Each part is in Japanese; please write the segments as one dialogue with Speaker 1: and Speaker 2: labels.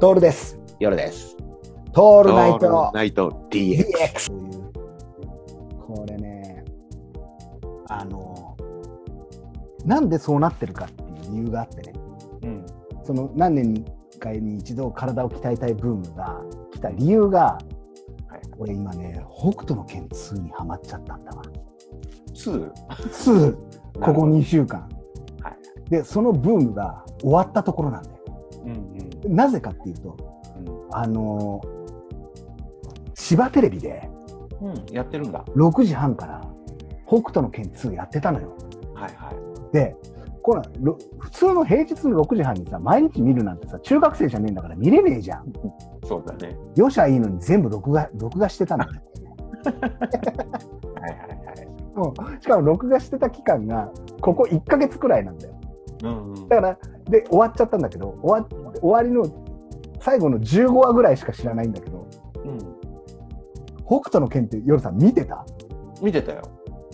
Speaker 1: トールです。
Speaker 2: 夜です。
Speaker 1: ト
Speaker 2: オ
Speaker 1: ールナイト
Speaker 2: ナイト DX。
Speaker 1: DX。これね、あの、なんでそうなってるかっていう理由があってね、
Speaker 2: うん。
Speaker 1: その何年に1回に一度体を鍛えたいブームが来た理由が、
Speaker 2: はい
Speaker 1: 俺今ね、北斗の拳2にハマっちゃったん だわ。
Speaker 2: 2?
Speaker 1: 2、ここ2週間。
Speaker 2: は
Speaker 1: で、そのブームが終わったところなんだよ。
Speaker 2: うんうん
Speaker 1: なぜかっていうと、あの千葉テレビで
Speaker 2: うん。うん。やってるんだ。
Speaker 1: 6時半から北斗の拳2やってたのよ。
Speaker 2: はいはい。
Speaker 1: で、これろ普通の平日の6時半にさ、毎日見るなんてさ、中学生じゃねえんだから見れねえじゃん。
Speaker 2: そうだね。
Speaker 1: よしゃいいのに全部録画、録 画してたんだよ。
Speaker 2: はいはいはい。
Speaker 1: もうしかも録画してた期間が、ここ1ヶ月くらいなんだよ。
Speaker 2: うんうん。
Speaker 1: だから、で、終わっちゃったんだけど、終わ終わりの最後の15話ぐらいしか知らないんだけど、
Speaker 2: うん。
Speaker 1: 北斗の拳って夜さん見てた
Speaker 2: 見てたよ。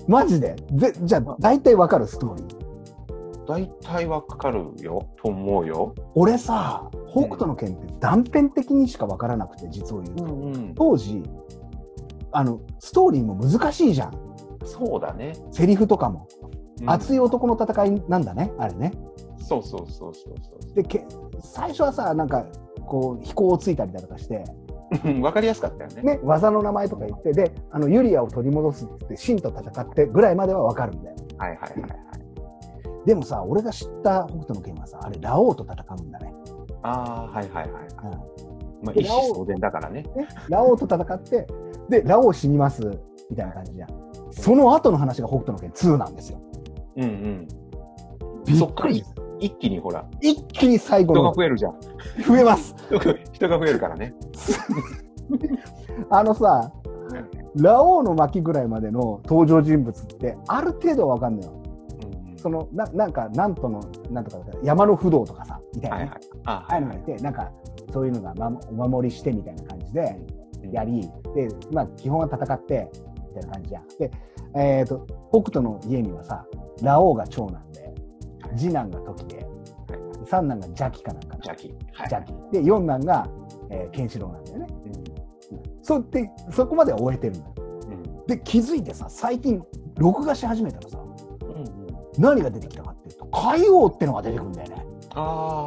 Speaker 1: マジでぜじゃあ、大体わかるストーリー。
Speaker 2: 大体わかるよ。と思うよ。
Speaker 1: 俺さ北斗の拳って断片的にしか分からなくて実を言うと、
Speaker 2: んうん。
Speaker 1: 当時あのストーリーも難しいじゃん
Speaker 2: そうだね。
Speaker 1: セリフとかも、熱い
Speaker 2: よ。
Speaker 1: 男の戦いなんだねあれね
Speaker 2: そうそうそうそうそう。
Speaker 1: でけ最初はさなんかこう飛行をついたりだとかして、
Speaker 2: うんわかりやすかったよね。
Speaker 1: ね、技の名前とか言ってであのユリアを取り戻すってシンと戦ってぐらいまでは分かるんだよ
Speaker 2: はいはいはいはい。
Speaker 1: でもさ俺が知った北斗の拳はさあれラオウと戦うんだね、
Speaker 2: ああ、はいはいはい。
Speaker 1: うん、
Speaker 2: まあ、
Speaker 1: で
Speaker 2: 一
Speaker 1: ラオウ
Speaker 2: 子相伝だからね。
Speaker 1: ね、ラオウと戦って、で、ラオウ死にますみたいな感じじゃん。その後の話が北斗の拳2なんですよ。
Speaker 2: うんう
Speaker 1: び
Speaker 2: ん。そっ
Speaker 1: っ
Speaker 2: か
Speaker 1: く
Speaker 2: ら
Speaker 1: り
Speaker 2: 一一気にほら、
Speaker 1: 一気に最後
Speaker 2: 人が
Speaker 1: の
Speaker 2: 増えるじゃん。
Speaker 1: 増えます。
Speaker 2: 人が増えるからね。
Speaker 1: あのさ、ラオウの巻ぐらいまでの登場人物って、ある程度はわかんないよ。
Speaker 2: うんうん
Speaker 1: その、ななんか、なんとの、なんとかだから山の不動とかさ、みたいな
Speaker 2: はい
Speaker 1: ね、
Speaker 2: はい。あ
Speaker 1: ああいうのがいて、なんか、そういうのが、ま、お守りしてみたいな感じで、やり、で、まあ、基本は戦って、みたいな感じじゃん。で、えっ、と、北斗の家にはさ、ラオウが長男で、次男が時で、三男が邪気かなんかな
Speaker 2: 邪気。はい
Speaker 1: 邪気。で、四男が、えー、ケンシロウなんだよね。
Speaker 2: う
Speaker 1: そうって、そこまでは終えてるんだよ。
Speaker 2: んうん
Speaker 1: で、気づいてさ、最近、録画し始めたらさ、
Speaker 2: うんうん
Speaker 1: 何が出てきたかっていうと、海王ってのが出てくるんだよね。
Speaker 2: あ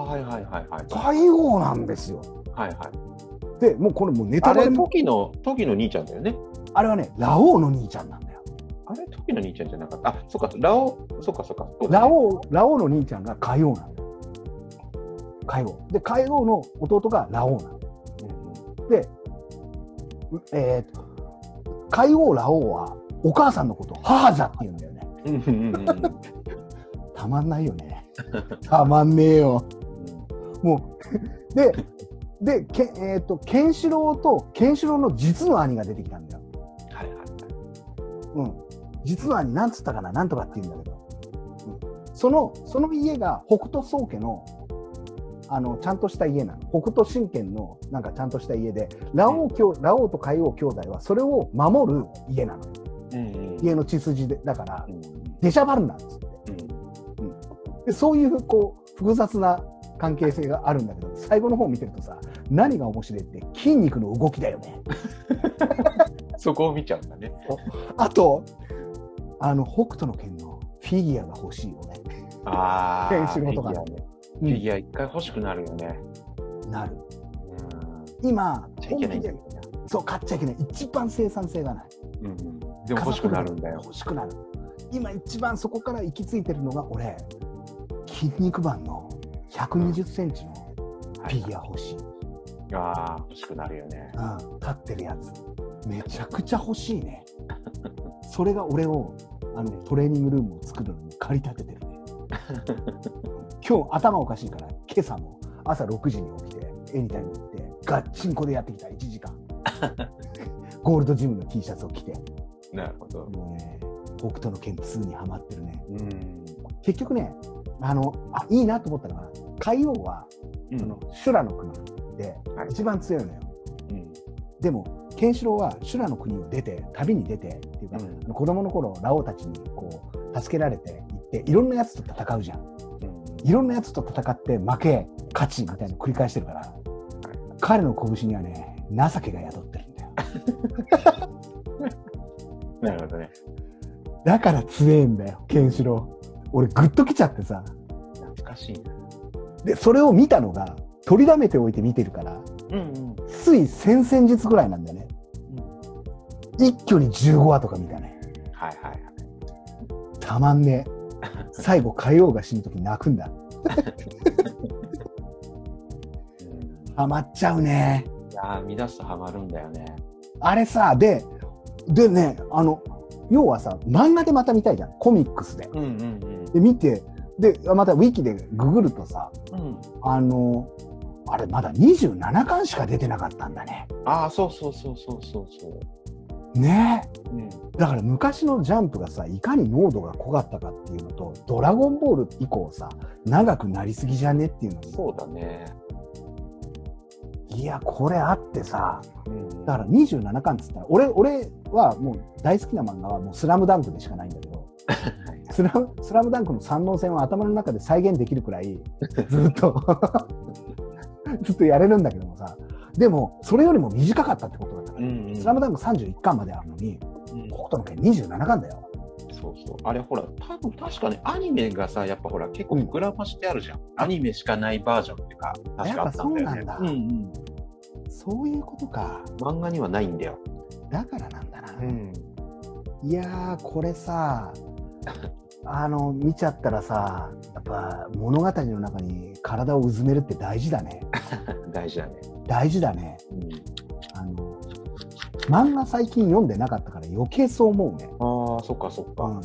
Speaker 2: あ、はいはいはいはい。
Speaker 1: 海王なんですよ。
Speaker 2: はいはい。
Speaker 1: で、もうこれもうネタ
Speaker 2: あ
Speaker 1: バレ
Speaker 2: れ、
Speaker 1: も、
Speaker 2: 時の、時の兄ちゃんだよね。
Speaker 1: あれはね、ラオウの兄ちゃんなんだよ。
Speaker 2: あれ、時の兄ちゃんじゃなかった。あ、そっか、ラオ、そっかそっか。そうだね
Speaker 1: ラオウ、ラオウの兄ちゃんが海王なんだよ。海王。で、海王の弟がラオウなんだよ。
Speaker 2: うんうん
Speaker 1: で、うえー、と、海王、ラオウはお母さんのことを母じゃって言うんだよね。
Speaker 2: うんうんうんうん
Speaker 1: たまんないよね。たまんねえよ。もう、で、で、けえっ、と、ケンシロウと、ケンシロウの実の兄が出てきたんだよ。
Speaker 2: はいはい。
Speaker 1: うん。実の兄、なんつったかな、なんとかって言うんだけど。うん、その、その家が北斗宗家の、あの、ちゃんとした家なの。北斗神拳の、なんかちゃんとした家で、ラオウ兄、ラオウと海王兄弟は、それを守る家なの。
Speaker 2: うんうん
Speaker 1: 家の血筋で、だから
Speaker 2: う、ん
Speaker 1: 出しゃばるなんつって。
Speaker 2: うん
Speaker 1: でそういうこう複雑な関係性があるんだけど最後の方見てるとさ何が面白いって筋肉の動きだよ ね
Speaker 2: そこを見ちゃうんだね。
Speaker 1: あとあの北斗の拳のフィギュアが欲しいよね
Speaker 2: ああ。
Speaker 1: ケンシロウとかね
Speaker 2: フィギュアねフィギュア一回欲しくなるよね。
Speaker 1: なる
Speaker 2: うん。
Speaker 1: 今
Speaker 2: 買っちゃいけないんだよ
Speaker 1: 本気でそう買っちゃいけない一番生産性がない
Speaker 2: うんうん。でも欲しくなるんだよ。
Speaker 1: 欲しくなる今一番そこから行き着いてるのが俺筋肉マンの1 2 0ンチのフィギュア欲しい、
Speaker 2: ア。ああ、欲しくなるよね。
Speaker 1: うん、立ってるやつめちゃくちゃ欲しいねそれが俺をあのトレーニングルームを作るのに駆り立ててるね 今日頭おかしいから今朝も朝6時に起きてエニタイム行ってガッチンコでやってきた1時 間ゴールドジムの T シャツを着て
Speaker 2: なるほど。
Speaker 1: もうね北斗の拳2にはまってるね
Speaker 2: うん。
Speaker 1: 結局ねあのあいいなと思ったのが海王は
Speaker 2: うん
Speaker 1: その修羅の国で
Speaker 2: はい
Speaker 1: 一番強いのよ
Speaker 2: うん
Speaker 1: でもケンシロウは修羅の国を出て旅に出てっていうか、
Speaker 2: うん
Speaker 1: あの子供の頃ラオウたちにこう助けられて行っていろんなやつと戦うじゃん
Speaker 2: うん
Speaker 1: いろんなやつと戦って負け勝ちみたいなの繰り返してるから彼の拳にはね、情けが宿ってるんだよ。
Speaker 2: なるほどね。
Speaker 1: だから強えんだよ、ケンシロウ。俺、グッときちゃってさ。
Speaker 2: 懐かしいな。
Speaker 1: で、それを見たのが、取りだめておいて見てるから、
Speaker 2: うん
Speaker 1: つい先々日ぐらいなんだよね。一挙に15話とか見たね。
Speaker 2: うん。はいはいはい。
Speaker 1: たまんねえ。最後、火曜が死ぬとき泣くんだ。
Speaker 2: うん
Speaker 1: ハマっちゃうね。
Speaker 2: いやー、見出すとハマるんだよね。
Speaker 1: あれさ、で、でね、あの、要はさ、漫画でまた見たいじゃん。コミックスで。
Speaker 2: うんうん
Speaker 1: で、見て、で、またウィキでググるとさ、
Speaker 2: うん。うん。
Speaker 1: あの、あれまだ27巻しか出てなかったんだね。
Speaker 2: ああ、そうそうそうそうそうそ
Speaker 1: ね
Speaker 2: う。ね、
Speaker 1: え。だから昔のジャンプがさ、いかに濃度が濃かったかっていうのと、ドラゴンボール以降さ、長くなりすぎじゃねっていうのに、
Speaker 2: そうだね。
Speaker 1: いや、これあってさ、
Speaker 2: うん
Speaker 1: だから27巻っつったら、俺、俺はもう大好きな漫画はもうスラムダンクでしかないんだけど、スラムスラムダンクの三能戦は頭の中で再現できるくらい、ずっと、 ずっとやれるんだけどもさ、でも、それよりも短かったってことだから、
Speaker 2: うんうん、
Speaker 1: スラムダンク31巻まであるのに、
Speaker 2: うん
Speaker 1: 北斗の拳27巻だよ。
Speaker 2: そうそう。あれほら、多分確かね、アニメがさ、やっぱほら、結構膨らましてあるじゃん。アニメしかないバージョンっていうか、確かあったんだよね。
Speaker 1: やっぱそうなんだ
Speaker 2: うんうん。
Speaker 1: そういうことか。
Speaker 2: 漫画にはないんだよ。
Speaker 1: だからなんだな。
Speaker 2: ん。
Speaker 1: いやー、これさ、あの、見ちゃったらさ、やっぱ物語の中に体をうずめるって大事だね。
Speaker 2: 大事だね。
Speaker 1: 大事だね。
Speaker 2: うん、
Speaker 1: あの、漫画最近読んでなかったから余計そう思うね。
Speaker 2: ああ、そっかそっ
Speaker 1: う
Speaker 2: か。
Speaker 1: ん。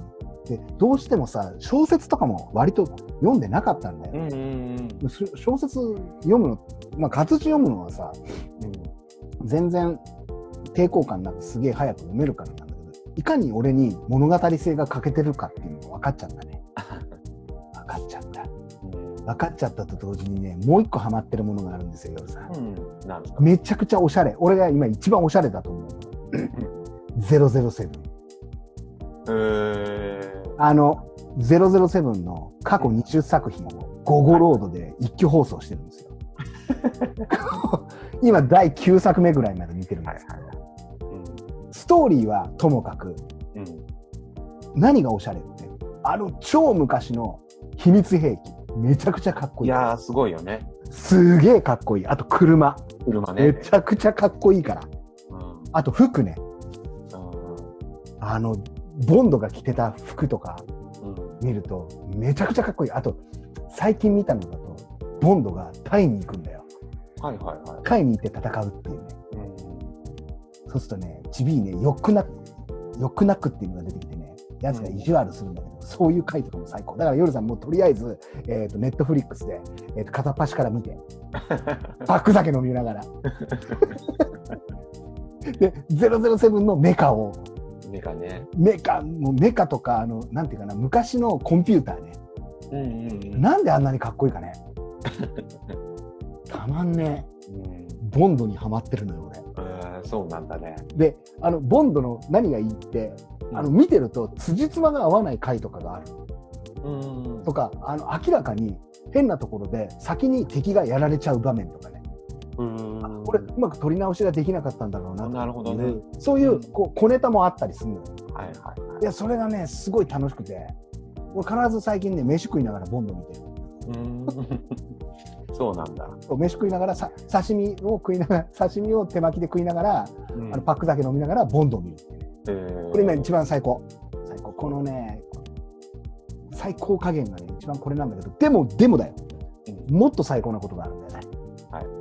Speaker 1: で、どうしてもさ、小説とかも割と読んでなかったんだ
Speaker 2: うん
Speaker 1: よ。
Speaker 2: うんうん。
Speaker 1: し小説読むの、まあ、活字読むのはさ、全然抵抗感なくすげえ早く読めるからなんだけどいかに俺に物語性が欠けてるかっていうのが分かっちゃったね分かっちゃった
Speaker 2: うん。
Speaker 1: 分かっちゃったと同時にねもう一個ハマってるものがあるんですよ夜さん
Speaker 2: うん。なんですか。
Speaker 1: めちゃくちゃおしゃれ俺が今一番おしゃれだと思う007
Speaker 2: えー、
Speaker 1: あの007の過去20作品をゴゴロードで一挙放送してるんですよ 今第9作目ぐらいまで見てるんですけど、ストーリーはともかく
Speaker 2: うん。うん。
Speaker 1: 何がおしゃれってあの超昔の秘密兵器めちゃくちゃかっこい
Speaker 2: い
Speaker 1: い
Speaker 2: やー、すごいよね。
Speaker 1: すげえかっこいいあと車
Speaker 2: 車ね。
Speaker 1: めちゃくちゃかっこいいから
Speaker 2: うん。
Speaker 1: あと服ね
Speaker 2: う
Speaker 1: あのボンドが着てた服とか
Speaker 2: ん。うん。
Speaker 1: 見るとめちゃくちゃかっこいいあと最近見たのだとボンドがタイに行くんだよ
Speaker 2: はいはいは
Speaker 1: タイに行って戦うっていうね
Speaker 2: い。うん。
Speaker 1: そうするとねちびいねよくなくよくなくっていうのが出てきてねやつが意地悪するんだけど、そういう回とかも最高だから夜さんもうとりあえず、えー、とネットフリックスで、えー、と片っ端から見てパック酒飲みながら。で007のメカを
Speaker 2: 目がね。
Speaker 1: メカもうメカとかあのなんていうかな昔のコンピューターね
Speaker 2: うんうんうん。
Speaker 1: なんであんなにかっこいいか ねたまんね
Speaker 2: うん。
Speaker 1: ボンドにはまってるのよ
Speaker 2: えー、そうなんだね。
Speaker 1: 俺であのボンドの何がいいってあの見てると辻褄が合わない回とかがある
Speaker 2: うん。
Speaker 1: とかあの明らかに変なところで先に敵がやられちゃう場面とかね
Speaker 2: うん。
Speaker 1: これうまく取り直しができなかったんだろうなとか
Speaker 2: なるほどね
Speaker 1: そういううんこう小ネタもあったりするのよ
Speaker 2: はいはいはい
Speaker 1: やそれがねすごい楽しくて俺必ず最近ね飯食いながらボンド見てる
Speaker 2: い。 うん。そうなんだ。
Speaker 1: そう飯食いながらさ刺身を食いながら刺身を手巻きで食いながら、
Speaker 2: うん
Speaker 1: あのパック酒飲みながらボンドを見るっていうね
Speaker 2: えー
Speaker 1: これね一番最高最高このね最高加減がね一番これなんだけどでもでもだよ
Speaker 2: うん
Speaker 1: もっと最高なことがあるんだよね、
Speaker 2: はい